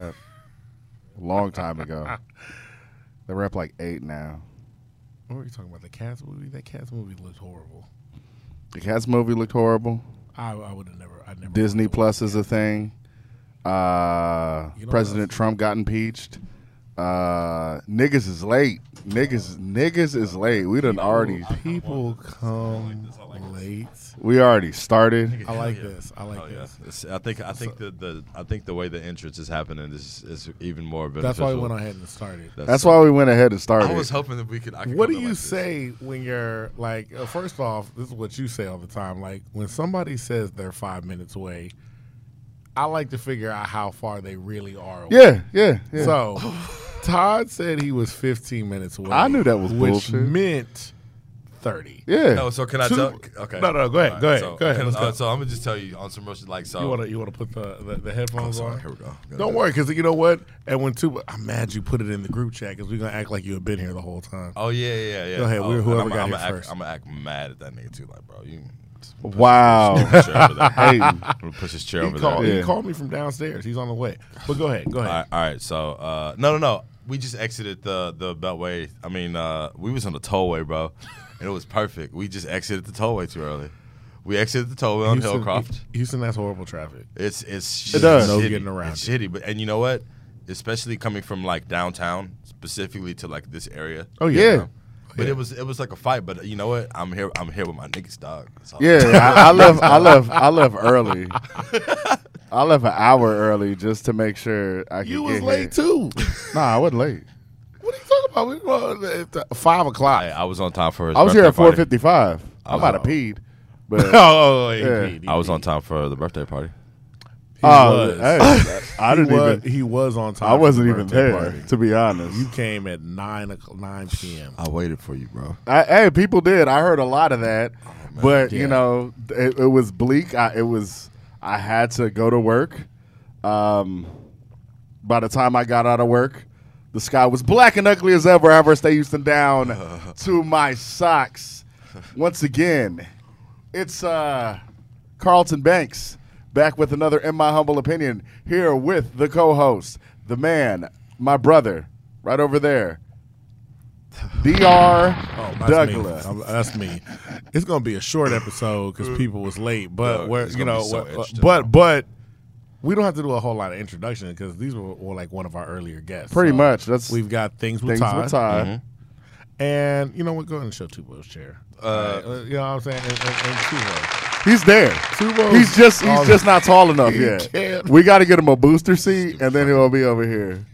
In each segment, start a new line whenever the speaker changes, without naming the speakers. up a long time ago. they were up like eight now.
What were you talking about? The Cats movie? That Cats movie looked horrible.
The Cats movie looked horrible.
I, I would have never. I never.
Disney Plus is a thing. Uh,
You know
President Trump got impeached. Uh, niggas is late. Niggas, niggas is late. We done already.
People come late.
We already started.
I like this. Oh, I
Oh,
like this.
It's- I think I think the, the I think the way the entrance is happening is is even more beneficial.
That's why we went ahead and started.
That's why we went ahead and
I was
started.
hoping that we could. I could
What
come
do
in
you
like this.
say when you're like, uh, first off, this is what you say all the time. Like, when somebody says they're five minutes away, I like to figure out how far they really are away.
Yeah, yeah, yeah.
So, Todd said he was 15 minutes away.
I knew that was
which
bullshit.
meant 30.
yeah.
No, so can I
Two-
tell? Okay.
No, no, go ahead,
All
go ahead,
so,
go ahead,
can-
let's go.
uh, so I'm gonna just tell you on some real shit, like so.
Oh.
You want to you want to put the the, the
oh,
headphones
sorry,
on?
here we go. Gotta
Don't
do
worry,
it.
because you know what? And when two, I'm mad you put it in the group chat because we're gonna act like you have been here the whole time.
Oh yeah, yeah, yeah.
Go ahead,
Oh,
we're
and
whoever
I'm,
got
I'm
here
gonna act,
first.
I'm gonna act mad at that nigga too, like bro, you.
Wow.
Push your chair over there. I'm
Hating.
gonna push his chair
He
over
called,
there.
he
Yeah.
called me from downstairs. He's on the way. But go ahead, go
All
ahead.
right, all right, so uh, no, no, no. We just exited the the beltway. I mean, uh, we was on the tollway, bro, and it was perfect. We just exited the tollway too early. We exited the tollway on
Houston,
Hillcroft.
Houston, that's horrible traffic.
It's it's
It does.
No
shitty.
getting around
It's
it.
shitty, but and you know what? Especially coming from like downtown, specifically to like this area.
Oh yeah,
But it was it was like a fight. But you know what? I'm here. I'm here with my niggas, dog. That's all.
yeah. I, I left. I left. I left early. I left an hour early just to make sure I could
You
get
was late
here.
too.
Nah, I wasn't late.
what are you talking about? We were at, uh, five o'clock.
Hey, I was on time for. His
I was here
birthday
at four
party.
fifty five. I
was
might have
out.
peed,
oh,
but
oh, oh, he
Yeah.
peed, he
I was
peed.
on time for the birthday party.
He
Oh,
was.
hey, I
He
didn't
was,
even.
He was on time.
I
for the
wasn't even
birthday
there,
party.
to be honest.
You came at nine o'clock, nine p.m.
I waited for you, bro.
I, hey, people did. I heard a lot of that, but
Oh, Yeah.
you know, it, it was bleak. I, it was. I had to go to work. Um, by the time I got out of work, the sky was black and ugly as ever. Ever stay Houston down to my socks once again. It's uh, Carlton Banks back with another, in my humble opinion, here with the co-host, the man, my brother, right over there. Dr.
Oh, that's
Douglas. Mm.
Me. I'm- that's me. It's gonna be a short episode because people was late, but
Doug,
we're
it's
you
gonna
know,
be so
we're- uh,
interesting.
but but we don't have to do a whole lot of introduction because these were, were like one of our earlier guests.
Pretty
So
much. That's
We've Mm-hmm. got things with
things
Todd,
with Todd.
and you know what? Go ahead and show Tubo's chair.
Uh,
All right, you know what I'm saying? And, and, and Tubo.
He's there.
Tubo's
He's just he's
all-
just not tall enough
He
yet.
can't.
We got to get him a booster seat, and then he'll be over here.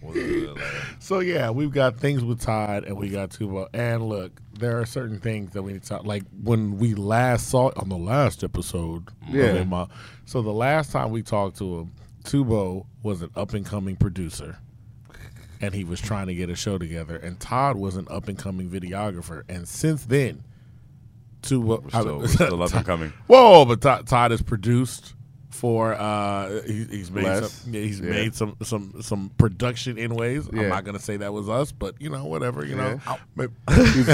So yeah, we've got things with Todd, and we got Tubo. And look, there are certain things that we need to talk. Like when we last saw on the last episode, of
Yeah.
him, uh, so the last time we talked to him, Tubo was an up and coming producer, and he was trying to get a show together. And Todd was an up and coming videographer. And since then, Tubo
We're still, we're still up and coming.
Whoa, but Todd, Todd has produced for uh he, he's made
Less.
some, yeah, he's
Yeah.
made some some some production in ways.
Yeah.
I'm not gonna say that was us, but you know whatever you know. But
He's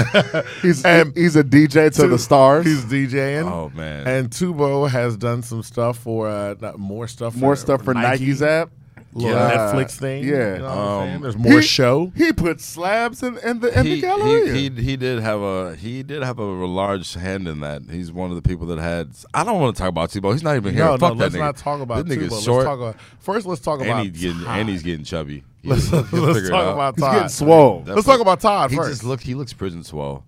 he's,
And-
he's a DJ to
Tu-
the stars.
He's DJing.
Oh man.
And Tubo has done some stuff for uh not- more stuff
More stuff for Nike's app.
little
Yeah.
Netflix thing. you
Yeah.
know what I'm saying?
Um,
there's more
He-
show.
He put slabs in, in the in the
he,
gallery.
he, he he did have a he did have a large hand in that. He's one of the people that had. I don't want to talk about Tebow. He's not even here.
No,
Fuck
no,
that
let's
nigga.
not talk about
This
Tubo.
nigga's
Let's
short.
talk about first. Let's talk about
and he's getting
Todd.
and he's getting chubby. He-
let's,
he'll
let's
figure it
talk
out.
about
he's
Todd.
getting swole.
That
Let's
fuck-
talk about Todd
He
first.
just look. He looks prison swole.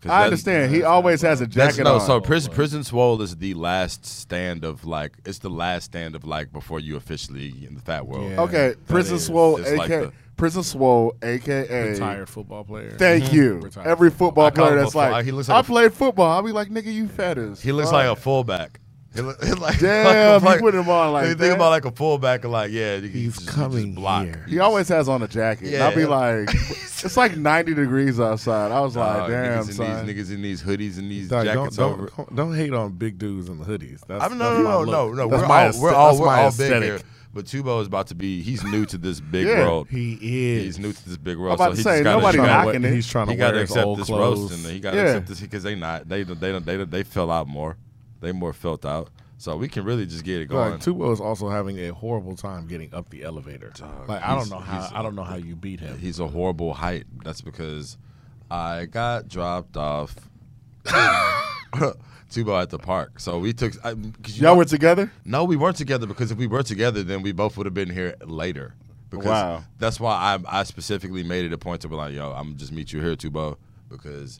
'Cause
I
that-
understand. He always has a
That's
jacket
no.
on.
So prison prison swole is the last stand of like it's the last stand of like before you officially in the fat world.
Yeah.
okay,
That
prison
is-
swole,
it's like
aka
the-
prison swole, aka
retired football player.
Thank you.
Retired
Every football
Mm-hmm. I call
player
him a
that's
fly-
like,
he looks like
I
a-
played football. I'll be like, nigga, you fat as
He looks
fuck."
like a fullback. He look, he like,
Damn, you put him on like
you think
that.
about like a fullback, and like yeah, you can
He's
just- you
coming
just block.
here.
He always has on a jacket. And I'll be
Yeah.
like, it's like 90 degrees outside. I was like,
Dog,
damn,
niggas
son.
in these niggas in these hoodies and these
Dog,
jackets
don't,
over.
don't, don't, don't hate on big dudes in the hoodies. That's,
I mean,
that's
no,
my
no, no,
look.
no, no.
That's
We're
my
all,
aesthe-
we're all,
that's
we're
my
all big
aesthetic.
here. But Tubo is about to be. He's new to this big
Yeah,
world.
He is.
he's new to this big
I'm
world.
about
so
to
he
say,
just gotta,
nobody
he gotta,
knocking it.
He's trying to
He
wear
gotta
his
accept
old
this
clothes.
roasting. He gotta
Yeah.
accept this because they not. They don't. They don't. They don't. They fell out more. They more felt out. So we can really just get it going.
Like Tubo is also having a horrible time getting up the elevator. like I don't
he's-
know how
he's-
I don't know how you beat him.
He's a horrible height. That's because I got dropped off Tubo at the park. So we took. I, 'cause you
Y'all
know-
were together?
No, we weren't together because if we were together, then we both would have been here later. Because
Wow.
that's why I, I specifically made it a point to be like, yo, I'm just meet you here, Tubo, because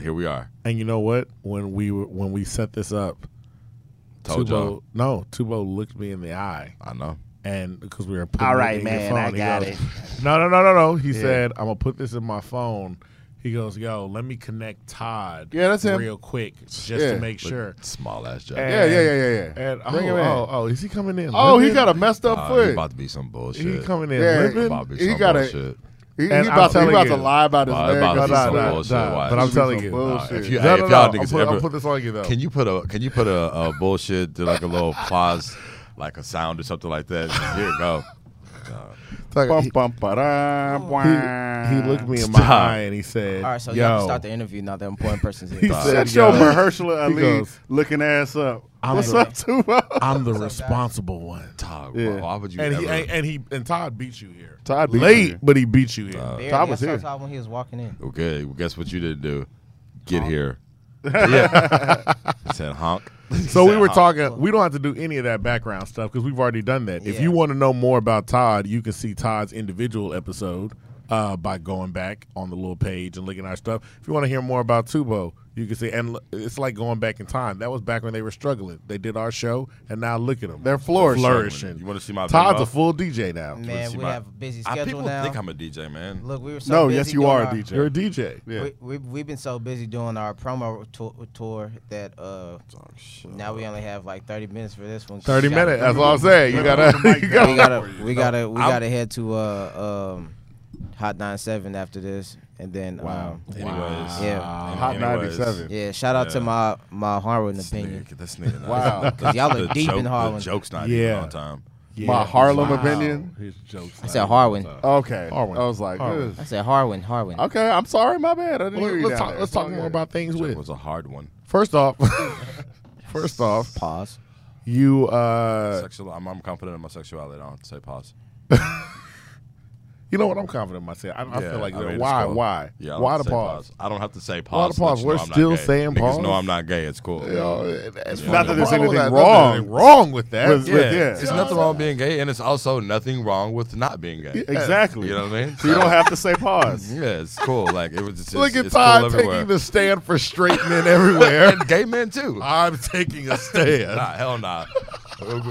here we are.
And you know what? When we were, when we set this up,
Told
Tubo
y'all.
no Tubo looked me in the eye
I know.
and because we were putting
All
it
right,
in your
man,
phone,
I
he
got
goes,
it.
No, no, no, no, no. He said, "I'm gonna put this in my phone." He goes, "Yo, let me connect Todd.
Yeah, that's him.
Real quick, just
Yeah.
to make sure."
Small ass job.
And-
Yeah, yeah, yeah, yeah, yeah.
And oh,
Bring him in.
oh, oh, is he coming in?
Oh, he
limping?
got a messed up
Uh, he
foot.
about to be some bullshit.
He coming in
Yeah.
limping?
About to be
He
some
got a-
bullshit.
He, he
And I'm
about, to, he
telling
about
you.
to lie about his
Well, it
leg.
about to
or
be
Nah,
something.
some
nah,
bullshit.
nah,
Watch.
But I'm
This is
telling
some
you,
bullshit.
Nah, if you-
Oh, No,
hey,
no,
if
no,
y'all
I'll
niggas
put- I'll
ever-
put this on you though.
Can you put a can you put a, a bullshit to like a little applause, like a sound or something like that? Here you go.
Bum, bum, ba-da, wah.
He, he looked me in my
Stop.
eye and he said,
All right, so
Yo,
y'all can start the interview now. The important person's
He
here.
said-
Shut your
Yo.
Mahershala Ali
goes,
looking ass up.
I'm
What's
the-
up, Tubo?
I'm the responsible one."
Dog,
Yeah.
why would you
And he
ever?
and, and he and Todd beat you here.
Todd beat
late,
you.
but he beat you here.
Barely,
Todd
I
was
saw
here.
Todd when he was walking in.
okay, well, guess what you didn't do? Get here. yeah. He said honk.
so
He
we
said
were
honk.
talking. We don't have to do any of that background stuff because we've already done that. If
Yeah.
you want to know more about Todd, you can see Todd's individual episode uh, by going back on the little page and looking at our stuff. If you want to hear more about Tubo, you can see. And l- it's like going back in time. That was back when they were struggling. They did our show, and now look at them.
They're flourishing.
Flourishing.
You wanna see my
Todd's
Venmo?
a full DJ now.
Man,
see
we
my-
have a busy
I-
schedule
people
now.
think I'm a DJ, man.
Look, we were so
No,
busy
yes, you
doing
are a
our-
DJ.
You're a DJ.
Yeah.
We, we, we've been so busy doing our promo to- tour that uh, now we only have like 30 minutes for this one.
30
We gotta-
minutes. That's all I'm saying. You gotta. You
We
gotta.
gotta, we gotta, we
I'm-
gotta head to uh, um, Hot 97 after this, and then um,
Anyways,
Yeah.
Hot 97.
yeah, shout out to
Yeah.
my my Harlan
This
opinion.
nigga, this nigga.
Wow.
the-
'Cause y'all are
the
deep in
joke, The
Harlem.
joke's not
Yeah.
even on time.
My Harlem opinion?
His jokes.
I said Harwin.
Okay.
Harwin.
I was like,
Harwin.
I said Harwin. Harwin.
"Ugh." okay, I'm sorry, my bad. I didn't hear
Let's,
you down
let's talk,
there.
let's
It's all
talk
good.
more about things
Joke
with.
was a hard one.
First off, first off,
Pause.
you uh,
Sexual. I'm, I'm confident in my sexuality. I don't say pause.
you know what? I'm confident in myself. I, I
Yeah,
feel like
I mean, it's
why,
cool.
why,
Yeah, I don't
why
have
the
to say
pause?
I don't have to say pause.
Why the pause?
to let you know
We're
I'm not
still
gay.
saying
Niggas
pause?
No, I'm not gay. It's cool.
Uh,
Not that there's anything wrong.
wrong with that.
With-
Yeah,
with- yeah.
it's nothing wrong with being gay, and it's also nothing wrong with not being gay.
Exactly.
You know what I mean?
So you don't have to say pause.
Yeah, it's cool. Like it was. It's,
Look
it's,
at
it's
Todd
cool everywhere.
taking the stand for straight men everywhere.
and gay men too.
I'm taking a stand.
nah, hell nah.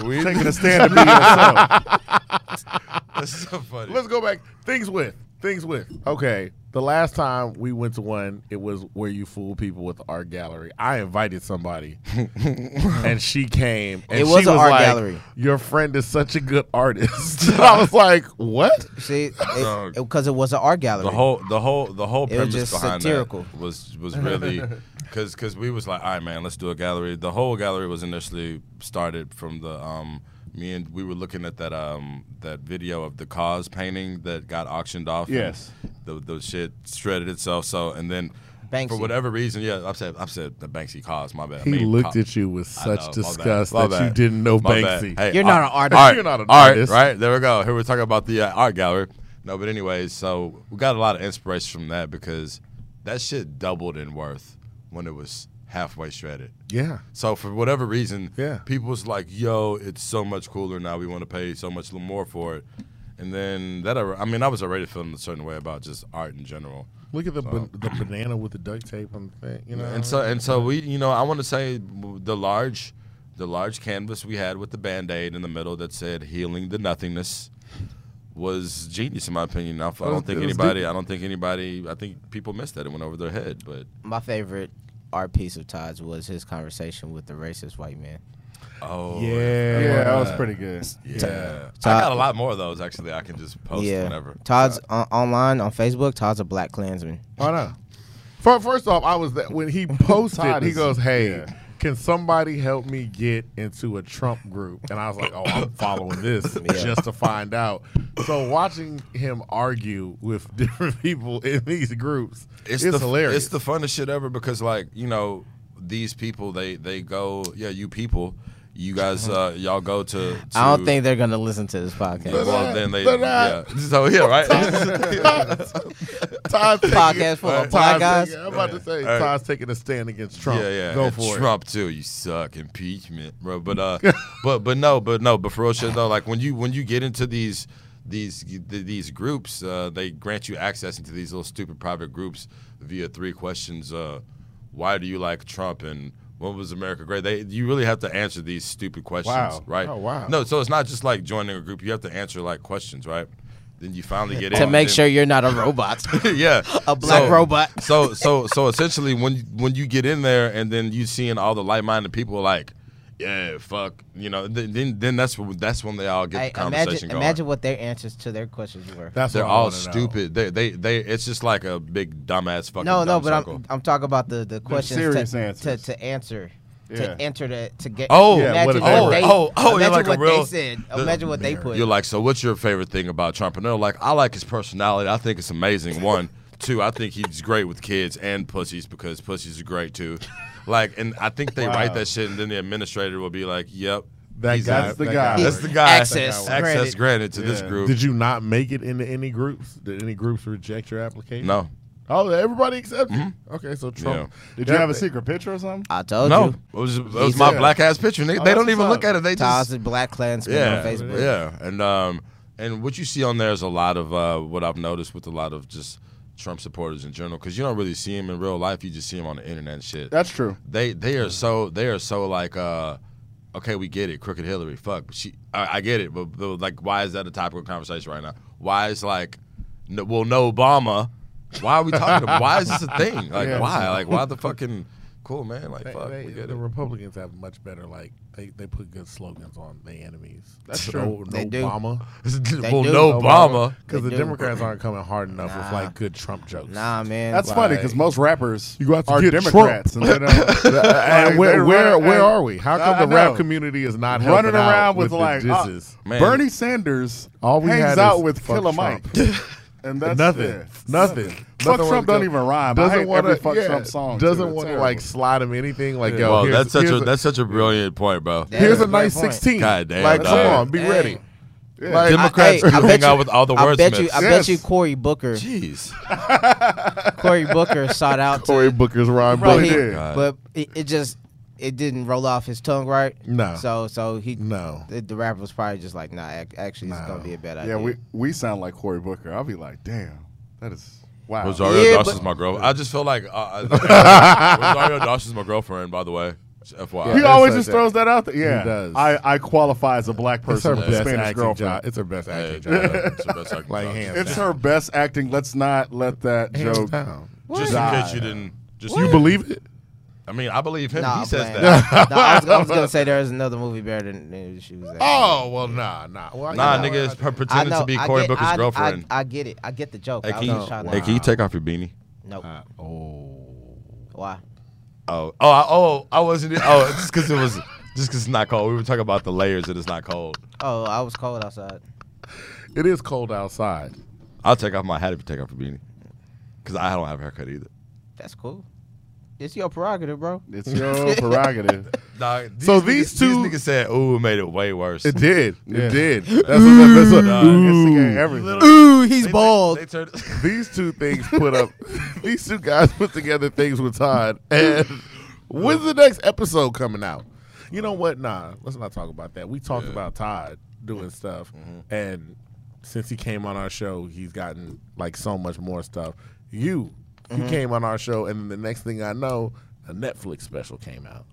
we,
Taking a stand to be yourself.
that's so funny.
Let's go back. Things with. Things with. Okay. The last time we went to one, it was where you fool people with art gallery. I invited somebody, and she came. And
It was
she
an art
like,
gallery.
Your friend is such a good artist. And I was like, what?
See,
Dog.
because it, was an art gallery.
the whole, the whole, the whole
was
premise
just
behind
satirical.
that was was really because because we was like, all right, man, let's do a gallery. The whole gallery was initially started from the um me and we were looking at that um that video of the cause painting that got auctioned off. and
Yes.
the the shit shredded itself. So and then. For
Banksy.
whatever reason, yeah, I've said I've said the Banksy cause. My bad. I
He
mean,
looked
co-
at you with
I
such
know, my
disgust
bad, my
that you
bad.
didn't know
My bad.
Banksy.
Hey,
You're
uh,
not an artist.
all right,
You're not an
all right,
artist.
Right, there we go. Here we're talking about the uh, art gallery. No, but anyways, so we got a lot of inspiration from that because that shit doubled in worth when it was halfway shredded.
Yeah.
So for whatever reason,
Yeah.
people's like, "Yo, it's so much cooler now. We want to pay so much more for it." And then that, I mean, I was already feeling a certain way about just art in general.
Look at the ban- the banana with the duct tape on the thing. You know.
And so and so we, you know, I want to say the large, the large canvas we had with the band aid in the middle that said "healing the nothingness" was genius in my opinion. I, I don't think
it was
anybody, I don't think anybody, I think people missed that. It went over their head, but
my favorite art piece of Todd's was his conversation with the racist white man.
oh
yeah.
Yeah, that was pretty good.
yeah. I got a lot more of those actually. I can just post
yeah,
whenever.
Todd's on, online on Facebook. Todd's a black Klansman.
Why not? Fir- First off, I was that when he posted,
Todd
he
is-
goes, "Hey,
yeah.
can somebody help me get into a Trump group?" And I was like, "Oh, I'm following this just to find out." So watching him argue with different people in these groups, it's,
the
hilarious.
It's the funnest shit ever because like you know these people they they go yeah you people you guys uh, y'all go to, to
I don't think they're gonna listen to this
uh,
podcast.
well then they
They're not.
yeah so yeah right
Todd's taking-
Podcast full
Todd's
of black guys.
taking- I'm about to say
right.
Todd's taking a stand against Trump.
Yeah, yeah.
Go
And
for
Trump too. You suck. Impeachment, bro. But uh, but but no, but no. But for real shit though, like when you when you get into these these th- these groups, uh, they grant you access into these little stupid private groups via three questions. Uh, why do you like Trump and when was America great? They you really have to answer these stupid questions,
Wow.
right?
Oh, wow.
No, so it's not just like joining a group. You have to answer like questions, right? Then you finally get in
To make
then-
sure you're not a robot.
yeah,
A black
So-
robot.
So so so essentially, when when you get in there and then you seeing all the light minded people like, yeah, fuck, you know, then then, then that's when that's when they all get
Hey,
the conversation
imagine,
going.
imagine what their answers to their questions were.
it. That's
They're
what I
all
wanna know.
stupid. They they they. It's just like a big dumbass fucking.
no, no,
dumb
but
circle.
I'm I'm talking about the the questions
serious
to,
answers.
To, to answer.
Yeah.
To enter the to get
Oh,
Yeah,
imagine
what if
what
they were-
they
oh, oh, yeah,
imagine
like a
what
real-
they said
the-
imagine what they put
You're like, so what's your favorite thing about Trump? And they're like, I like his personality. I think it's amazing. One, two, I think he's great with kids and pussies because pussies are great too. Like, and I think they write that shit, and then the administrator will be like, "Yep,
That
he's
guy-
out.
That's the
that
guy.
That's the guy.
Access
access granted to this
Yeah.
group.
Did you not make it into any groups? Did any groups reject your application?
no,
Oh, everybody accepted. Okay, so Trump.
Did you have a secret picture or something?
I told
no,
you.
it was, it was
He
my
said-
black ass picture. They, they
that's
don't even
what's
look
up.
at it. They just
Tiles and Black Klansman on Facebook.
Yeah, and um, and what you see on there is a lot of uh, what I've noticed with a lot of just Trump supporters in general, because you don't really see him in real life. You just see him on the internet and shit.
That's true.
they they are so they are so like, uh, okay, we get it, crooked Hillary, fuck, but she, I, I get it, but, but like, why is that a topic of conversation right now? Why is like, no, well, no Obama. Why are we talking? about Why is this a thing? Like,
Yeah.
why? Like, why the fucking cool man? Like,
They-
fuck,
they-
we get
the
it.
Republicans have much better. Like they, they put good slogans on the enemies.
That's
No-
true.
No,
They do.
Obama.
well,
do.
no Obama.
because
They
the
do.
Democrats aren't coming hard enough with
Nah.
like good Trump jokes.
Nah, man.
That's
like,
funny because most rappers
You got to
are
get
Democrats. And they don't,
And
Like, they
where where,
run-
where
hey,
are we? How come
I- I
the rap
know.
community is not helping
running around
out
with,
the
like uh,
disses?
Man.
Bernie Sanders
All we
hangs
had
out
is
with
fuck
Killer Mike,
Trump.
and that's
nothing,
it.
nothing.
Fuck
Nothing
Trump
wanna
don't
go-
even rhyme. I
Doesn't
hate
want
every
to
fuck
yeah,
Trump song. too.
Doesn't
It's
want to
terrible.
like slide him anything. Like yo,
well,
here's,
that's such
here's
a, that's such a brilliant point, bro.
That-
here's
Yeah,
a nice
great point.
sixteen.
God damn,
like come
dog.
on, be
Dang.
ready.
Yeah.
Like,
Democrats
I- hey, I
who
bet
hang
you-
out with all the
I
words.
bet you, I bet
Yes.
you, Corey Booker,
Jeez.
Cory Booker sought out
Cory
to,
Booker's Ron
Bro,
but,
he
he,
Booker.
did.
but it, it just it didn't roll off his tongue right.
No.
So so he
No.
The, the rapper was probably just like, nah, ac- actually, it's
No.
gonna be a bad idea.
yeah, we we sound like Cory Booker. I'll be like, damn, that is wow.
Rosario
Yeah,
Dawson's
but-
my girlfriend. I just feel like uh, I- Rosario Dawson's my girlfriend. By the way, Just FYI.
He
Yeah.
always
That's
just
like that.
throws that out there. Yeah,
does.
I, I qualify as a black
It's
person,
her
with a
best
Spanish
acting
girlfriend.
job. It's her best
Hey,
acting job.
it's the best I can
Like
tell.
hands
It's her best acting. Let's not let that
Hands
joke.
down.
Just in
Nah.
case you didn't. Just
You believe it?
I mean, I believe him.
Nah,
he
I'm
says
playing.
that.
Nah, I, was, I was gonna say there's another movie better than, than she was. At.
Oh well, nah, nah. Well,
Nah,
you know,
nigga, it's per-
I
pretending
know.
to be
I
Cory
get-
Booker's
I,
girlfriend.
I, I get it. I get the joke.
hey, can
I was
you,
just trying
hey,
to.
can you take off your beanie?
Nope.
Oh,
Why?
Oh, oh, I, oh, I wasn't. Oh, just because it was, just because it's not cold. We were talking about the layers that it's not cold.
Oh, I was cold outside.
it is cold outside.
I'll take off my hat if you take off your beanie, because I don't have a haircut either.
That's cool. It's your prerogative, bro.
It's your prerogative.
Nah,
So these
niggas,
two-
these niggas said, "Ooh, it made it way worse."
It did.
Yeah.
It did. That's what, that's what,
It's again everything.
Ooh, he's
They- They, they turned,
these two things put up. these two guys put together things with Todd. And when's the next episode coming out? You know what? Nah, let's not talk about that. We talked about Todd doing stuff, and since he came on our show, he's gotten like so much more stuff. You, you came on our show, and the next thing I know, a Netflix special came out.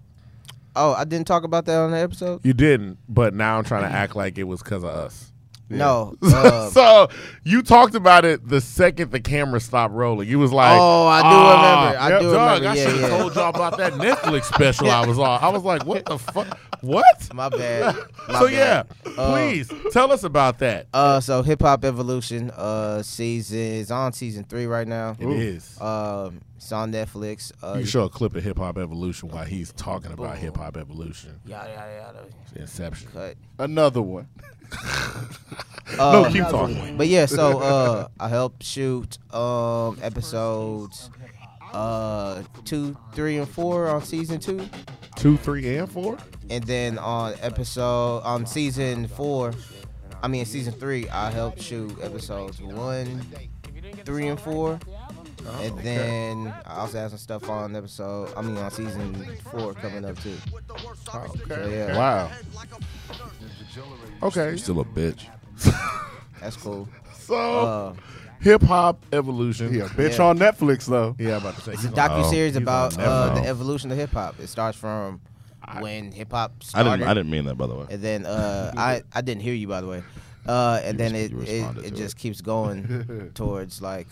Oh, I didn't talk about that on the episode.
You didn't, but now I'm trying to act like it was because of us.
No. uh,
so you talked about it the second the camera stopped rolling. You was like,
Oh, I do
"Ah,
remember. I
yep,
do
dog,
remember.
I
Yeah,
should have
yeah.
told y'all about that Netflix special I was on. I was like, what the fuck? What?
my bad. My
so
bad.
yeah,
Uh,
please tell us about that.
Uh, so Hip Hop Evolution uh season is on season three right now.
it is.
Um, it's on Netflix.
you
Uh,
can show a clip of Hip Hop Evolution while he's talking about Hip Hop Evolution,
yada yada yada.
Inception.
Cut.
Another one.
Uh,
no, keep talking.
But yeah, so uh, I helped shoot um episodes uh, two, three, and four on season two,
Two, three, and four.
and then on episode on season four, I mean season three, I helped shoot episodes one, three, and four, and then I also have some stuff on episode. I mean on season four coming up too. So yeah,
Wow.
Okay.
Still a bitch.
that's cool.
So
Oh,
Uh,
hip hop evolution.
He a bitch
Yeah.
on Netflix though.
Yeah, I'm about to say.
It's a docu series
He's
about
on
uh,
Netflix.
the evolution of hip hop. It starts from when hip hop
I
started,
didn't. I didn't mean that, by the way.
and then uh, I I didn't hear you by the way. Uh, and
You
then
res-
it
you
it,
responded
it
to
just keeps going towards like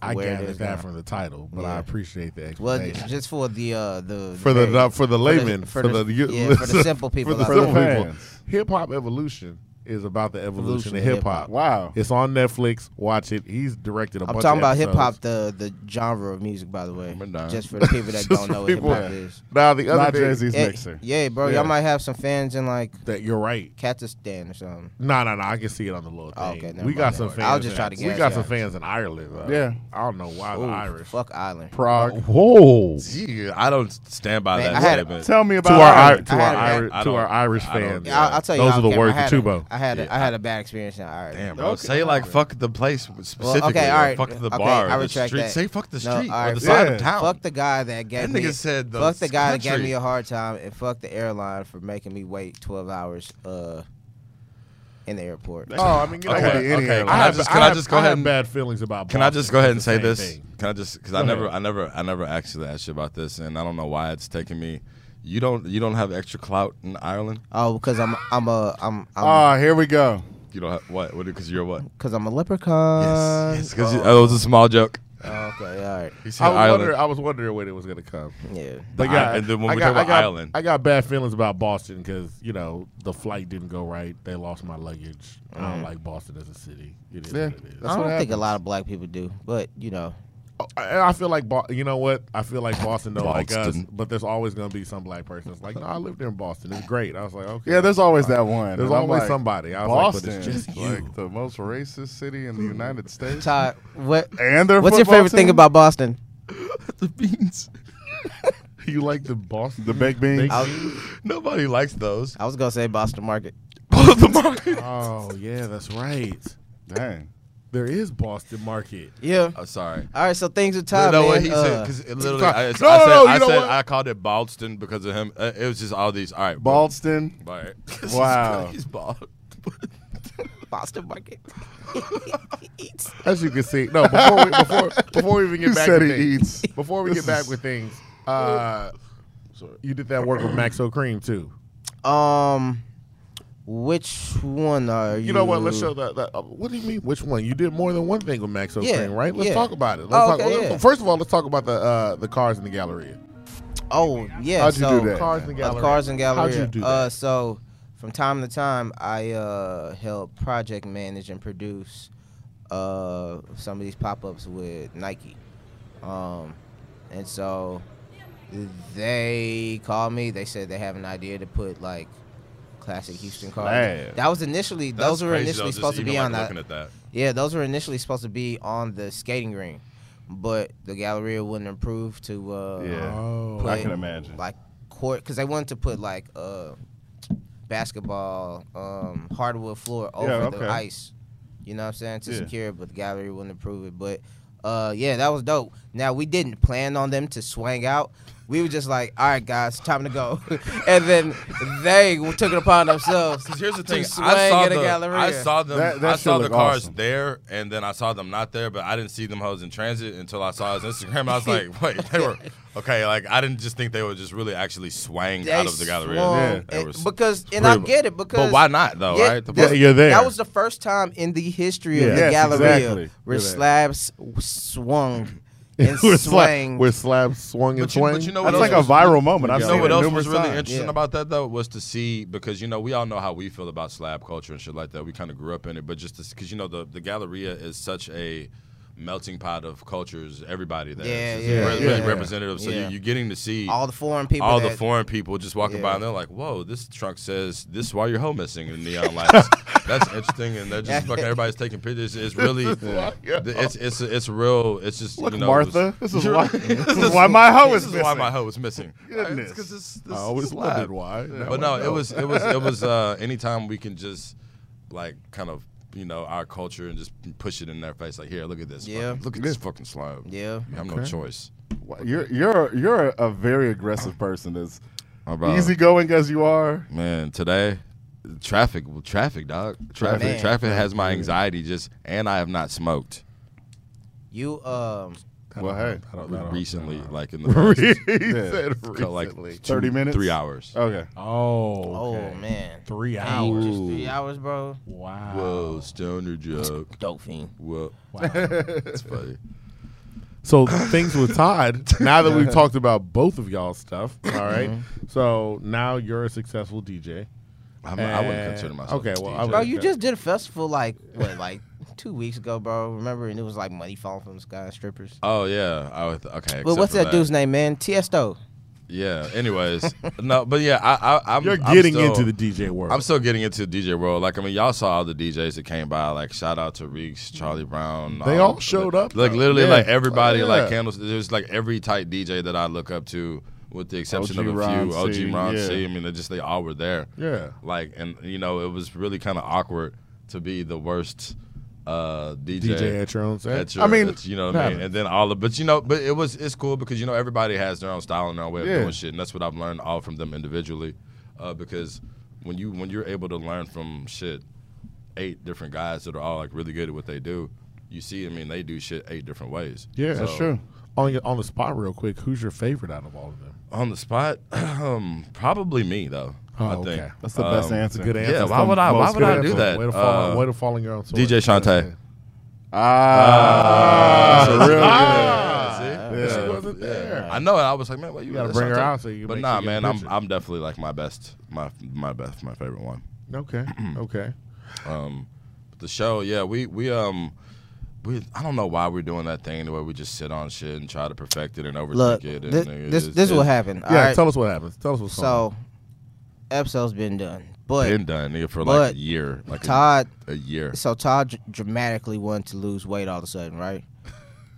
I
where it
gathered
is
that
now.
from the title, but I
Yeah.
appreciate the
well,
explanation.
just for the uh, the
for the
very-
not- for the layman,
for
for
the-
the,
yeah, for the simple people
for the
out
simple
there.
people. Hip hop evolution is about the evolution,
Evolution of
of hip hop.
Wow.
It's on Netflix. Watch it. He's directed a
I'm
bunch. of
talking about hip hop,
episodes.
the the genre of music, by the way.
We're done.
Just for the people that
Just
don't
for
know what hip
people-
hop is.
Now the
Not
other
Jay
thing
Z's
Yeah,
mixer.
yeah, bro,
Yeah.
y'all might have some fans in like
that you're right.
Kazakhstan or something.
No, no, no. I can see it on the little
Oh,
thing.
okay, never
we got
mind.
some fans.
I'll just
in-
try to
We
guess,
got
yeah.
some fans in Ireland. Though.
Yeah.
I don't know why the
Ooh,
Irish.
Fuck Ireland.
Prague.
Whoa.
Gee, I don't stand by
Man,
that
I had-
statement.
Tell me
To
about
our,
Ireland.
to our,
I had-
Irish,
I
to our
don't-
Irish
I don't-
fans.
Yeah,
I'll, I'll tell you.
Those
how
are
I
the
came.
words
I
of
had a-
Tubo.
I had a, I
Yeah.
had a bad experience in Ireland.
Damn, bro. Say like fuck the place specifically.
okay,
or
all right.
Fuck the
Okay,
bar.
I
or the
retract
street.
that.
Say fuck the street
No, all
or
right,
the side
yeah.
of town.
Fuck the guy that gave
That
me.
nigga said the
fuck the guy that gave
country.
me a hard time, and fuck the airline for making me wait twelve hours uh, in the airport.
Oh, I mean, you know
Okay,
what?
okay.
Any-
Can I
have-
just- can I
have-
just go
have
ahead and-
bad feelings about?
Can I
Boston.
just go ahead and
It's
say
the same
this?
thing.
Can I just because I
Go
never,
ahead.
I never, I never actually asked you about this, and I don't know why it's taking me. You don't, you don't have extra clout in Ireland.
Oh, because I'm I'm a I'm I'm
Ah, here we go.
You don't have what? What? Because you're what?
because I'm a leprechaun.
Uh,
yes, yes. Because that was a small joke.
Oh, okay, all right.
He said
I was,
Ireland.
wondering, I was wondering when it was going to come.
Yeah.
The
But
I-
yeah,
and then when
uh, I
we
got,
talk about
I got,
Ireland,
I got bad feelings about Boston because you know the flight didn't go right. They lost my luggage. I
Mm.
don't like Boston as a city. It is
Yeah.
what it is.
That's
I don't
what
think a lot of black people do, but you know,
Oh, And I feel like Bo- you know what? I feel like Boston don't like us,
Boston.
but there's always going to be some black person that's like, "No, I lived there in Boston. It's great." I was like, "Okay."
Yeah, there's always that one.
There's
And I'm
always
like,
somebody. I was
Boston,
like, but it's just you.
like the most racist city in the United States.
Todd, what
And their
what's your
football
favorite thing
team?
about Boston?
the beans.
you like the Boston,
the baked beans?
Baked
I
beans?
was,
Nobody likes those.
I was gonna say Boston Market.
the market.
Oh yeah, that's right.
Dang.
There is Boston Market.
Yeah.
I'm Oh, sorry.
All right, so things with Todd,
no,
man.
what he
uh,
said because it literally, I, I
No,
said,
no, no,
I,
you know
said
what?
I called it Boston because of him. Uh, it was just all these. All right, bro.
Boston.
All right.
Wow.
he's bald.
Boston Market.
As you can see, no. Before we, before before we even
He
get back
said
to
he
things,
eats.
before we
This
get back
is-
with things, uh, you did that work with Max O'Cream too.
Um, which one are you?
You know what? Let's show that. that uh, what do you mean? Which one? You did more than one thing with Max O'Cream,
Yeah,
right? Let's
yeah.
talk about it. Let's
Oh,
talk,
okay,
let's-
yeah.
First of all, let's talk about the uh, the cars in the gallery.
Oh yeah,
How'd you
so
do that?
Cars in the
Of
gallery.
Cars and Gallery.
How'd you do that?
Uh, so from time to time, I uh, help project manage and produce uh, some of these pop-ups with Nike, um, and so they called me. They said they have an idea to put like classic Houston cars.
Slab.
That was initially;
That's
those were
crazy,
initially
though, just
supposed to
even,
be
like,
on that.
Looking at that.
Yeah, those were initially supposed to be on the skating ring, but the Galleria wouldn't approve to uh,
Yeah.
Oh,
I
Play.
can imagine.
like court because they wanted to put like uh, basketball um, hardwood floor over
okay.
the ice. You know what I'm saying to
Yeah.
secure it, but the gallery wouldn't approve it. But uh, yeah, that was dope. Now we didn't plan on them to swang out. We were just like, all right, guys, time to go. and then they took it upon themselves.
Because here's the
to
thing, I
swang
saw,
at a
the,
Galleria.
I saw them.
That- that
I
shit
saw the
look
cars
awesome.
there, and then I saw them not there. But I didn't see them hoes in transit until I saw his Instagram. I was like, wait, they were okay. Like I didn't just think they were just really actually swang
They
out of the gallery.
swung,
Yeah.
They
and-
were s-
because and I
pretty-
get it because
But why not though?
Yeah,
right? The
that-
fuck-
you're there.
That was the first time in the history of
Yeah.
the
Yes,
Galleria
exactly.
where
You're there.
slabs w- swung and
We're
swang.
sla- we're slab swung and
But you- but
swang.
you know
That's
what
like a
else was-
viral moment. I've
You
seen
know what
it
else
numerous
was really
times.
interesting
Yeah.
about that though was to see because you know we all know how we feel about slab culture and shit like that. We kind of grew up in it, but just because you know the the Galleria is such a melting pot of cultures. Everybody there,
Yeah,
It's just
yeah,
re-
yeah.
re- representative. So
Yeah.
you, you're getting to see
all the foreign people.
all the
that-
foreign people just walking
Yeah.
by and they're like, "Whoa, this truck says this is why your hoe missing in neon lights." That's interesting, and they're just fucking everybody's taking pictures. It's really,
your
it's it's it's real. It's just
Look,
you know,
Martha,
it's-
this is why this is why my hoe
this
is
is
missing.
why my hoe is missing.
Goodness.
It's 'cause it's- this
I
is
always wondered
live.
Oh, why. Now I
But no, it
know.
was it was it was uh, anytime we can just like kind of you know our culture and just push it in their face like here look at this
Yeah.
fucking- look at this fucking slime
Yeah.
you have no choice
Why- You're you're you're a very aggressive person. As
How about-
easygoing as you are,
Man, today traffic, well, traffic, dog, traffic,
Man.
traffic has my anxiety. Just and I have not smoked
You um.
well, hey,
I don't- I don't-
recently, like in the past,
he said
co- like
recently.
two-
thirty minutes,
three hours.
Okay,
Oh,
Oh
okay.
man.
Three
Dang,
hours.
Just three hours, bro.
Wow.
Whoa, stoner joke.
Dope fiend.
Whoa,
Wow.
that's funny.
So things with Todd. Now that we've talked about both of y'all stuff, all right? So now you're a successful DJ.
I'm, I wouldn't
And-
consider myself.
Eh, okay,
a
well,
DJ.
I would-
Bro, you
Okay.
just did a festival like what, like two weeks ago, bro? Remember? And it was like money falling from the sky and strippers.
Oh yeah. I would, okay.
Well,
except
what's
for
that, dude's name, man? Tiesto.
Yeah. Anyways, no, but yeah, I, I, I'm.
You're
I'm
getting
still-
into the DJ world.
I'm still getting into the DJ world. Like I mean, y'all saw all the DJs that came by. Like shout out to Reeks, Charlie Brown.
Mm. They all showed
like-
up,
Like
though.
literally,
Yeah.
like everybody,
Yeah.
like candles. There's like every type DJ that I look up to, with the exception
OG
of a
Ron
few. OG
C,
Ron
yeah.
C. I mean, they just they all were there.
Yeah.
Like and you know, it was really kind of awkward to be the worst uh, DJ.
DJ at your own set.
at your,
I mean,
at- you know what I mean,
nah.
and then all of, but you know, but it was it's cool because you know everybody has their own style and their own way of
Yeah.
doing shit, and that's what I've learned all from them individually, uh, because when you when you're able to learn from shit, eight different guys that are all like really good at what they do, you see, I mean, they do shit eight different ways.
yeah,
that's true.
On your, on the spot, real quick. Who's your favorite out of all of them?
On the spot, um, probably me though.
Oh,
I think
okay.
that's the best
Um,
answer.
Good answer.
Yeah, why would I? Why
Most
would I
good
do
answer.
that?
Way to fall,
Uh,
way to fall on your own sword.
DJ Shantae.
Ah, that's a real good.
Yeah, see?
Yeah.
Ah. She wasn't there.
I know, and I was like, man, why you,
gotta
that's
bring her
Shantae.
out so you can
But
make
nah,
sure you get
man,
a
I'm
picture.
I'm definitely like my best, my my best, my favorite one.
Okay. okay.
Um, but the show, yeah, we we um. We, I don't know why we're doing that thing the way we just sit on shit and try to perfect it and overthink
Look,
it.
thi-
And
this
nigga,
this,
it's-
is what
it's
happened.
Yeah.
all right?
Tell us what happens. Tell us what's going on.
so, episode's been done, but
Been done, nigga, for like
But
a year, like a,
Todd.
a year.
So Todd dr- dramatically wanted to lose weight all of a sudden, right?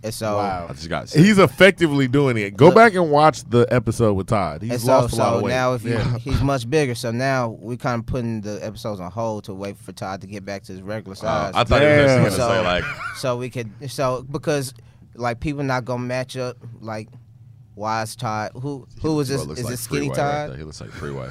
And so,
Wow.
I just got sick.
He's effectively doing it. Go
Look.
back and watch the episode with Todd. He's
and so,
lost a lot
so
of weight.
now if you,
Yeah.
he's much bigger, so now we're kind of putting the episodes on hold to wait for Todd to get back to his regular
Uh,
size.
I thought he was
Damn.
actually gonna say like,
so we could so because like people not gonna match up like wise Todd who who is
bro,
this
looks
is
like
this skinny
freeway right
Todd
there. He looks like freeway.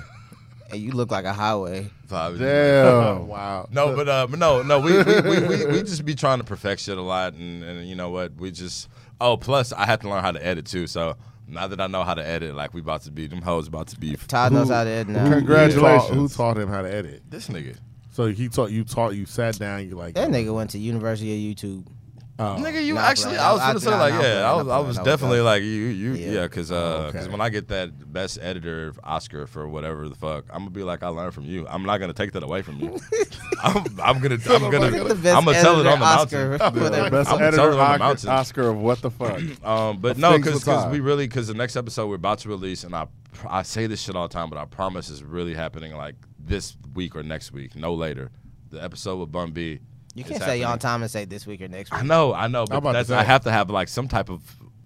and you look like a highway
So I was-
Damn.
Oh, wow.
No, but uh, but no, no, we we, we, we we just be trying to perfect shit a lot, and, and you know what, we just oh, plus I have to learn how to edit too. So now that I know how to edit, like we about to be them hoes about to be
Todd knows how to edit now
Congratulations.
Who taught, who taught him how to edit?
this nigga.
So he taught you taught you sat down. You like
that nigga went to University of YouTube
Oh.
Nigga, you
Nah,
actually,
bro,
I was
I-
gonna
I-
say like,
nah,
yeah, I
bro,
was,
nah,
I
bro,
was
nah,
definitely
bro.
like, you, you,
Yeah.
yeah, because uh,
Okay.
because when I get that best editor Oscar for whatever the fuck, I'm gonna be like, I learned from you. I'm not gonna take that away from you. I'm, I'm gonna, I'm gonna,
Look at the best
I'm gonna tell it
editor
on the
Oscar.
mountain.
Whatever.
Best
I'm
editor
telling on the
Oscar,
mountain.
Oscar of what the fuck?
Um, but
Of
no,
things
because
with time.
we really because the next episode we're about to release, and I pr- I say this shit all the time, but I promise it's really happening like this week or next week, no later. The episode with Bun B.
you
is
can't say
happening.
on time and say this week or next
I
week
know, I know, but
about to
that's
say.
I have to have like some type of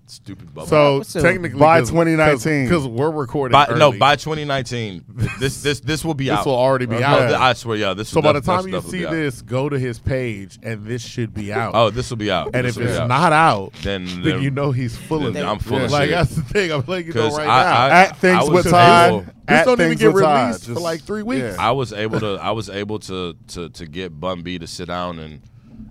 stupid bubble.
So
So,
technically,
by 2019.
because we're recording.
by, no,
early.
by 2019, this this this will be
this
out.
will already be
Okay.
No,
out.
th- I swear, yeah. This
so
will
by the
def-
time
this
you
stuff will
see
be out.
this, go to his page, and this should be out.
oh, this will be out.
and if
This will be
it's
out.
not out,
Then
then,
they're-
you know he's full of
then
it.
I'm full of
like
shit.
that's the thing. I'm letting you know
'Cause
right
I-
now.
I-
at things
was
with
so
Todd.
able- This
At
don't even
Things
get
with Todd.
released for, like, three
Yeah.
weeks.
I was able to I was able to to to get Bun B to sit down and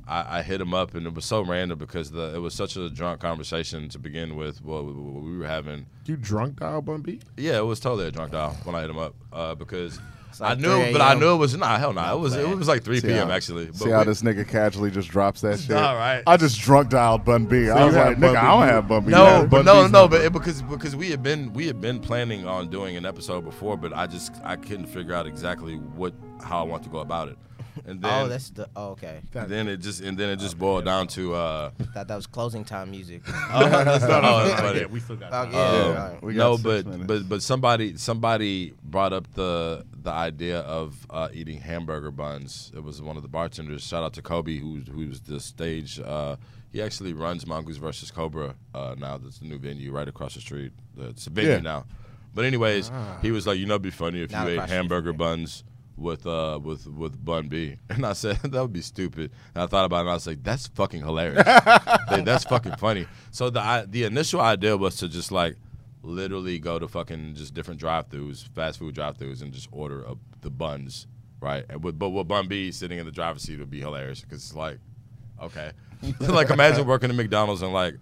I, I hit him up and it was so random because the it was such a drunk conversation to begin with. What we, what we were having,
you drunk dial Bumby?
yeah, it was totally a drunk dial when I hit him up uh, because I
like
knew,
3
but I
a.m..
knew it was nah, hell no, it was it was like three
See
p.m.
how-
actually. But
See how
we-
this nigga casually just drops that shit.
All right.
I just drunk dialed Bun B. I was
you
like,
had Bun
nigga,
B.
I don't have Bun B. You
no,
had
but
Bun
no,
B's
no,
number.
but it, because because we had been we had been planning on doing an episode before, but I just I couldn't figure out exactly what how I want to go about it. and then
Oh, that's the. Oh, okay.
then it just and then it just boiled down to uh,
Thought that was closing time music.
oh, that's not
No,
all
no,
that's
no,
about
yeah,
it.
we still got.
Oh,
time.
yeah,
Um,
right.
We
no,
got six
but
minutes.
but but somebody somebody brought up the the idea of uh, eating hamburger buns. It was one of the bartenders. Shout out to Kobe, who who's the stage. Uh, he actually runs Mongoose versus Cobra uh, now. That's the new venue right across the street. It's a venue
Yeah. Ah.
now. But anyways, he was like, you know, it'd be funny if
Not
you ate
across the street
hamburger buns with uh with with bun B. And I said that would be stupid. And I thought about it and I was like, that's fucking hilarious. Like, that's fucking funny. So the I, the initial idea was to just like literally go to fucking just different drive-throughs, fast food drive-throughs and just order a, the buns, right? And with, but with bun B sitting in the driver's seat would be hilarious cuz it's like okay. like imagine working at McDonald's and like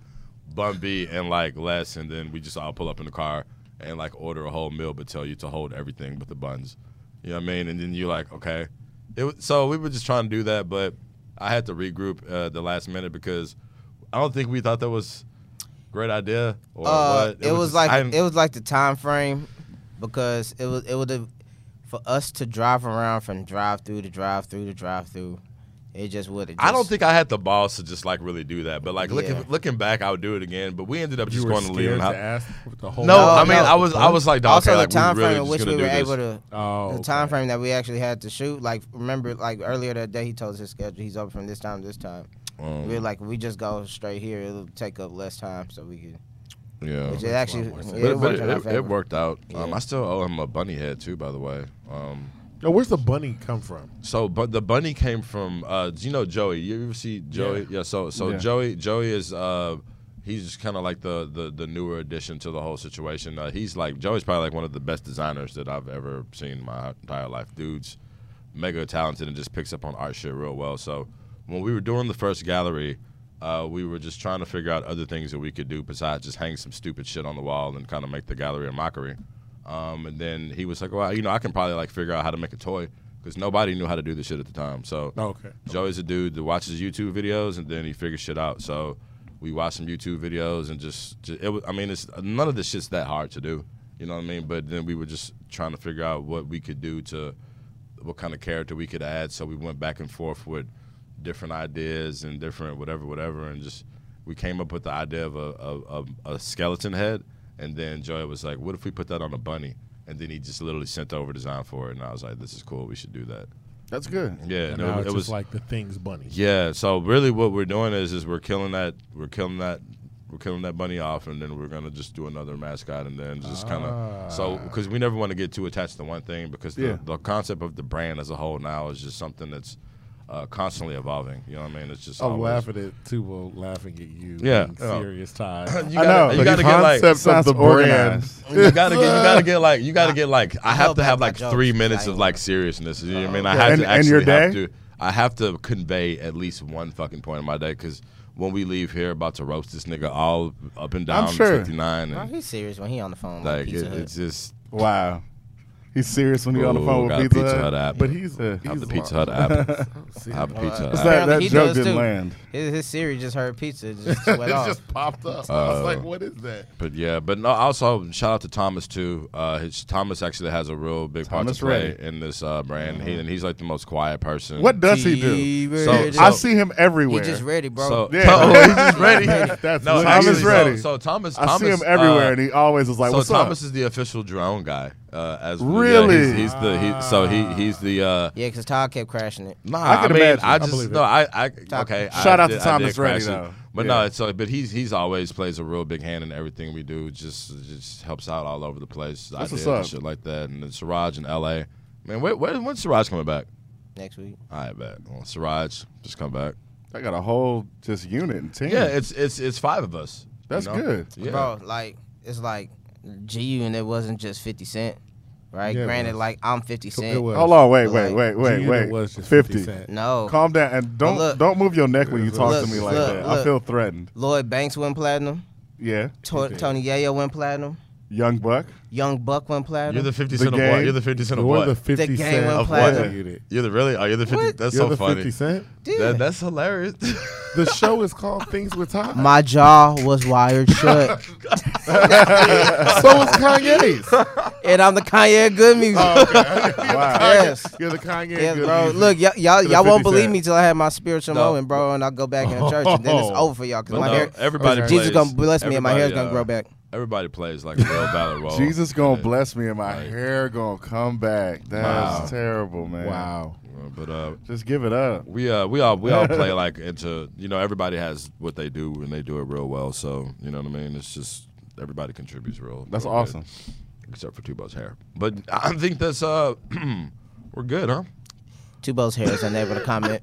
Bun B and like less, and then we just all pull up in the car and like order a whole meal, but tell you to hold everything but the buns. You know what I mean? And then you're like, okay. It was, so we were just trying to do that, but I had to regroup uh, the last minute because I don't think we thought that was a great idea or
Uh,
what.
it, was,
just-
like
I-
it was like the time frame because it was it would have for us to drive around from drive through to drive through to drive through. It just would have.
I don't think I had the balls to just like really do that, but like
Yeah.
looking looking back, I would do it again. But we ended up
You
just
were
going to leave.
scared
and
to
I-
ask the whole.
No,
No,
I mean
no.
I was I was like, dog,
also,
okay,
the
like, we
time
really
frame in
just
which we
gonna
were
do this.
able to,
Oh,
the time
okay.
frame that we actually had to shoot. Like, remember, like earlier that day, he told us his schedule. He's open from this time to this time.
Um,
We are like, we just go straight here. It'll take up less time, so we could.
yeah.
Which it actually,
more
yeah,
sense.
But
it
but
worked
it,
in our
it,
favor.
worked out. Um,
Yeah.
I still owe him a bunny head too, by the way. Um,
Yo, where's the bunny come from?
so, but the bunny came from. Uh, do you know Joey? You ever see Joey? Yeah. so, so
Yeah.
Joey, Joey is. Uh, he's just kind of like the, the the newer addition to the whole situation. Uh, he's like Joey's probably like one of the best designers that I've ever seen in my entire life. Dude's mega talented and just picks up on art shit real well. So, when we were doing the first gallery. Uh, we were just trying to figure out other things that we could do besides just hang some stupid shit on the wall and kind of make the gallery a mockery. Um, and then he was like, "Well, you know, I can probably like figure out how to make a toy because nobody knew how to do this shit at the time." So
Oh, Okay.
Joey's a dude that watches YouTube videos and then he figures shit out. So we watched some YouTube videos and just, ju- it was. I mean, it's none of this shit's that hard to do. You know what I mean? But then we were just trying to figure out what we could do to, what kind of character we could add. So we went back and forth with different ideas and different whatever, whatever, and just we came up with the idea of a of, of a skeleton head. And then Joey was like, "What if we put that on a bunny?" And then he just literally sent over design for it, and I was like, "This is cool. We should do that."
That's good.
Yeah,
And
and it-
now
it
it's just
was
like the things bunny.
yeah. So really, what we're doing is is we're killing that we're killing that we're killing that bunny off, and then we're gonna just do another mascot, and then just kind
Ah.
of so because we never want to get too attached to one thing because the,
Yeah.
the concept of the brand as a whole now is just something that's uh, constantly evolving. You know what I mean? It's just
I'm
always-
laughing at Tubo laughing at you.
Yeah.
being
Oh.
serious time.
You
I
gotta,
know.
You
The
gotta get like
concept of
Sounds
the brand.
organized.
you gotta get you gotta get like you gotta get like I have
love
to have
that
like
joke.
three minutes of
Dang.
like seriousness. You know what I mean? I
Okay.
have
And-
to
and
actually
your
have
day?
to. I have to convey at least one fucking point in my day because when we leave here, about to roast this nigga all up and down
sure.
59
Oh,
and
he's serious when he on the phone. Like,
like
Pizza
it,
Hut.
it's just
Wow. He's serious when he's on the
Ooh,
phone
got
with
a
Pizza,
Pizza Hut app.
But he's,
Yeah.
he's
have the Pizza Hut app. have the
What's
Pizza Hut
that
app.
that
Apparently he
joke
does
didn't
too.
land.
His, his Siri just heard pizza. It just
it
went off.
just popped up. I was
Uh,
like, what is that?
But yeah, but no, also shout out to Thomas too. Uh, his, Thomas actually has a real big part
Thomas
to play
Ray. Mm-hmm.
in this uh, brand, he, and he's like the most quiet person.
What does he do?
ready.
So-
I see him
he
everywhere.
just ready, bro.
So,
Yeah.
oh, he's just ready.
That's
No,
Thomas
actually, so-
ready.
So, Thomas,
I
Thomas,
see him everywhere,
uh,
and he always is like,
so
"What's
Thomas
up?"
is the official drone guy. Uh, as the- yeah,
Really?
he's, he's the he, so he he's the. Uh,
yeah, because Todd kept crashing it.
Nah,
I
I,
can
mean,
imagine.
I
I
just
believe
no,
it.
I, I okay.
Shout
I
out to
did- I
Thomas
did crash
Reddy,
it.
though.
But
Yeah.
no, so but he's he's always plays a real big hand in everything we do. Just just helps out all over the place.
That's what's
ideas and
up.
shit like that. And then Siraj in L.A. Man, where, where, when's Siraj coming back?
Next week,
All right, bet. Well, Siraj, just come back.
I got a whole just unit and team.
Yeah, it's it's it's five of us. you
That's
know?
good.
Yeah.
bro. Like it's like GU, and it wasn't just Fifty Cent, right?
Yeah, it
Granted,
was.
like I'm Fifty Cent.
It was.
Hold on, wait, wait,
Like,
wait, wait,
G-Unit
wait.
was just 50
50.
Cent.
No,
Calm down and don't
Oh. look.
don't move your neck when you talk
Look,
to me like
look,
that. I
look.
feel threatened.
Lloyd Banks went platinum.
Yeah,
To- Tony Yayo went platinum.
young buck.
Young Buck went platinum.
You're the fifty
The
cent of what?
game.
You're the fifty cent of
You're
what?
the 50
game
Cent
went
of
platinum.
what unit?
You're the really? Oh, you're the 50.
What?
That's
You're
so
the
funny.
50 Cent?
Dude,
That, that's hilarious.
The show is called Things with Todd.
my jaw was wired shut.
so is Kanye's.
and I'm the Kanye of good music.
Oh,
Wow.
yes.
You're the Kanye.
Yeah,
good
bro.
music.
Look, y'all, y'all,
the
y'all
50
won't believe
Cent.
me till I have my spiritual
No. Oh.
moment, bro, and I'll go back in the church, and then it's over for y'all. Cause
But
my
no,
hair,
everybody plays-
Jesus gonna bless me, and my hair's
everybody,
gonna
uh,
grow back.
Everybody plays like a real battle role.
Jesus gonna
Yeah.
bless me and my
Oh, Right.
hair gonna come back. That's
Wow.
terrible, man.
Wow.
Uh, But uh,
Just give it up.
we uh we all we all play like into you know everybody has what they do and they do it real well. So you know what I mean. It's just everybody contributes real.
That's
real good,
awesome.
except for Tubo's hair. But I think that's uh we're good, huh?
Tubo's hair is unable to comment.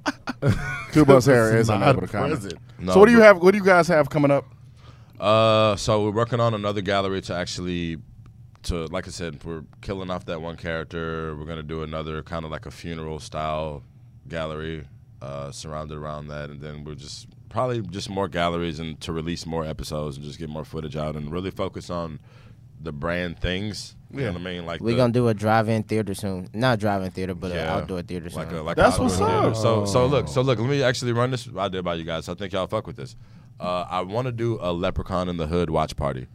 Kubo's hair is
Not
unable to comment.
present.
No,
so what do you
but-
have? What do you guys have coming up?
Uh, so we're working on another gallery to actually, to like I said, we're killing off that one character. We're gonna do another kind of like a funeral style gallery, uh, surrounded around that, and then we're just probably just more galleries and to release more episodes and just get more footage out and really focus on the brand things. You know what I mean? Like
We're
the-
gonna do a drive-in theater soon. Not drive-in theater, but an
Yeah.
outdoor theater soon.
like a like
That's
an outdoor
what's up.
theater. So so look so look. Let me actually run this idea by you guys. I think y'all fuck with this. Uh, I want to do a Leprechaun in the Hood watch party.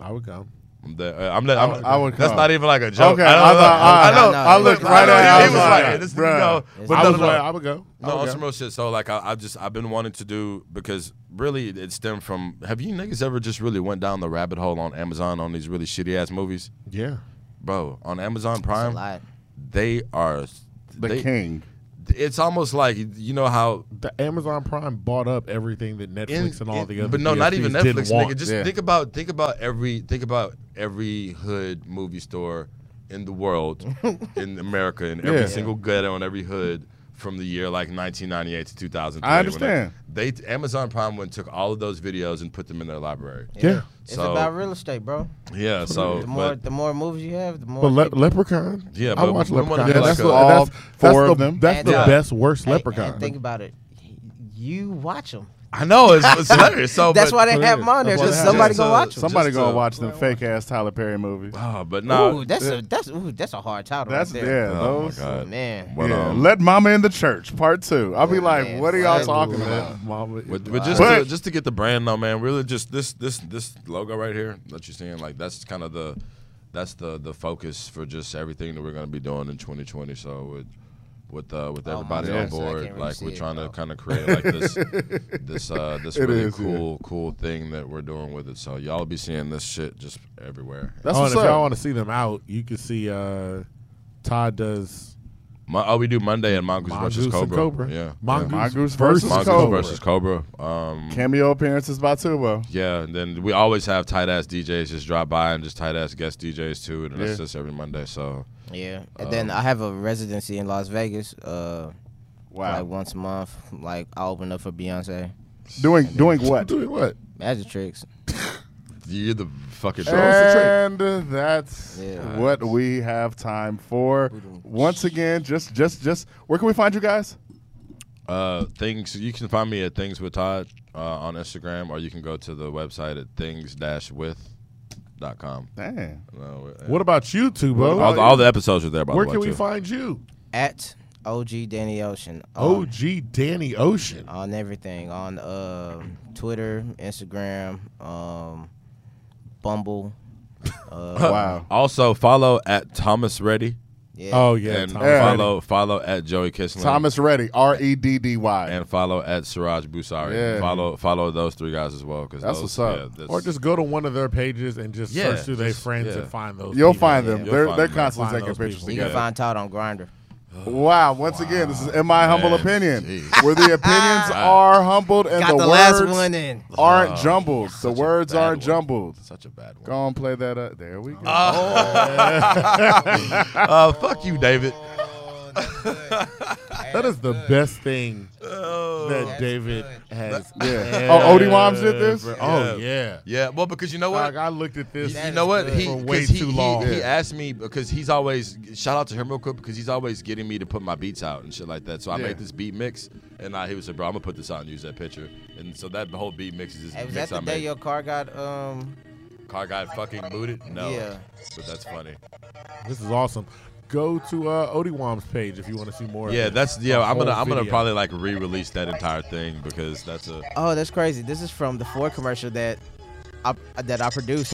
I would come.
The, uh, I'm not, I'm,
I would
That's
come.
not even like a joke.
Okay,
I,
I thought-
know. I know.
no,
I looked
no,
right
no,
at.
he
I
was
like,
like, this is-
bruh.
no. But
I
no,
was
no,
like,
no.
I would go. I
No,
would
on
go.
some real shit. So like, I, I've just I've been wanting to do because really it stemmed from. Have you niggas ever just really went down the rabbit hole on Amazon on these really shitty ass movies,
Yeah.
bro? On Amazon
It's a
Prime,
lot.
they are
The
they-
king.
It's almost like you know how
The Amazon Prime bought up everything that Netflix and all
in-
the other.
But no, not
DSPs
even
didn't
Netflix,
want.
nigga. Just
Yeah.
think about think about every think about every hood movie store in the world, in America, in every
Yeah.
single ghetto, in every hood from the year like 1998 to 2003.
I
when
understand.
They, they Amazon Prime went and took all of those videos and put them in their library.
yeah.
It's
So-
about real estate, bro.
Yeah, so
The more,
but-
the more movies you have, the more.
But Le-
people-
Leprechaun.
Yeah,
I
but
watched
we wanna
Leprechaun.
do
That's,
like
the,
a-
All
that's, that's
four
the,
of them?
That's the
Yeah.
best worst
Hey,
Leprechaun.
and think about it. You watch them.
I know it's, it's hilarious. So
That's
but-
why they
but
have
it
them on there.
is. That's
Cause
why they
somebody
have
gonna
it.
watch them.
Some-
Somebody
Just,
gonna
uh,
watch them fake ass Tyler Perry movies.
Ah, but no.
Ooh, that's a that's ooh, that's a hard title.
uh, That's Uh,
right
yeah.
there.
Oh my
Those.
God.
Man,
But,
yeah.
um,
Let Mama in the Church Part Two. I'll be like,
man,
what are y'all
what?
talking about?
Mama-
But, but just
But-
to, just to get the brand though, man, really just this this this logo right here that you're seeing, like that's kind of the that's the the focus for just everything that we're gonna be doing in 2020. So with with uh, with
my
everybody
God,
on
so I
board,
can't really
like
see
we're
it,
trying
bro.
to kind of create like this this uh, this
It
really
is, yeah.
cool cool thing that we're doing with it. So y'all be seeing this shit just everywhere.
That's
oh, and
what's
if y'all
up.
want to see them out, you can see uh, Todd does
Mo- oh, we do Monday at Mongoose, versus
Mongoose and
Cobra.
Cobra.
Yeah,
Mongoose,
Mongoose
versus,
yeah. Mongoose
Cobra.
versus Cobra. Um,
Cameo appearances by Tubo.
Yeah, and then we always have tight ass DJs just drop by and just tight ass guest DJs too, and
Yeah.
that's just every Monday. So
yeah.
uh,
And then I have a residency in Las Vegas. Uh, like
Wow.
once a month. Like I open up for Beyonce,
Doing doing what?
Doing what?
Magic Tricks.
you're the fucking
And that's
Yeah.
what we have time for. Once again, just just just where can we find you guys?
uh, things. You can find me at Things with Todd uh, on Instagram, or you can go to the website at things with dot com. Uh,
Damn.
What about you, Tubo?
all, the- all the episodes are there by
Where
the way
can we
too.
find you?
At OG Danny Ocean.
Oh.
Um,
OG Danny Ocean.
on everything on uh, Twitter, Instagram, um, Bumble. Uh,
Wow.
also follow at Thomas Reddy
yeah.
Oh yeah,
and
Tom.
Yeah.
follow follow at Joey Kissling.
Thomas Reddy, R E D D Y.
And follow at Siraj Busari.
Yeah.
Follow follow those three guys as well. Cause
That's
those-
what's up.
yeah, that's-
or just go to one of their pages and just
Yeah,
search through their
just-
friends
yeah.
and find those.
You'll
people.
find them.
You'll
they're
find
they're
them.
constantly
Find
taking
those
pictures
you
people.
together.
can
yeah.
find Todd on Grinder.
Wow. Once again, this is in my humble
Man,
opinion,
jeez.
where the opinions are humbled and
Got
the,
the, last
words
one in.
aren't jumbled. The
Oh, such a
words
bad
aren't
one. Oh,
jumbled.
such a bad one.
Go and play that up. There we go.
Uh, fuck you, David.
That is the best thing
Oh.
that David has.
Yeah. Oh, Odie Wombs did this?
ever- Oh yeah.
Yeah, well, because you know what?
Dog, I looked at this.
you know what? He,
for
'cause
way
he,
too
he-
long.
he asked me because he's always shout out to him real quick because he's always getting me to put my beats out and shit like that. So I
Yeah.
made this beat mix, and I, he was like, "Bro, I'm gonna put this out and use that picture." And so that whole beat mix is this
Hey, was
mix
that the
I
day
made.
your car got um?
Car guy fucking booted. No,
Yeah.
but that's funny.
This is awesome. Go to uh, Odie Womb's page if you want to see more. of
Yeah,
it.
that's yeah.
A
I'm gonna
whole
I'm gonna
video.
probably like re-release that entire thing because that's a
Oh, that's crazy. This is from the Ford commercial that I that I produced.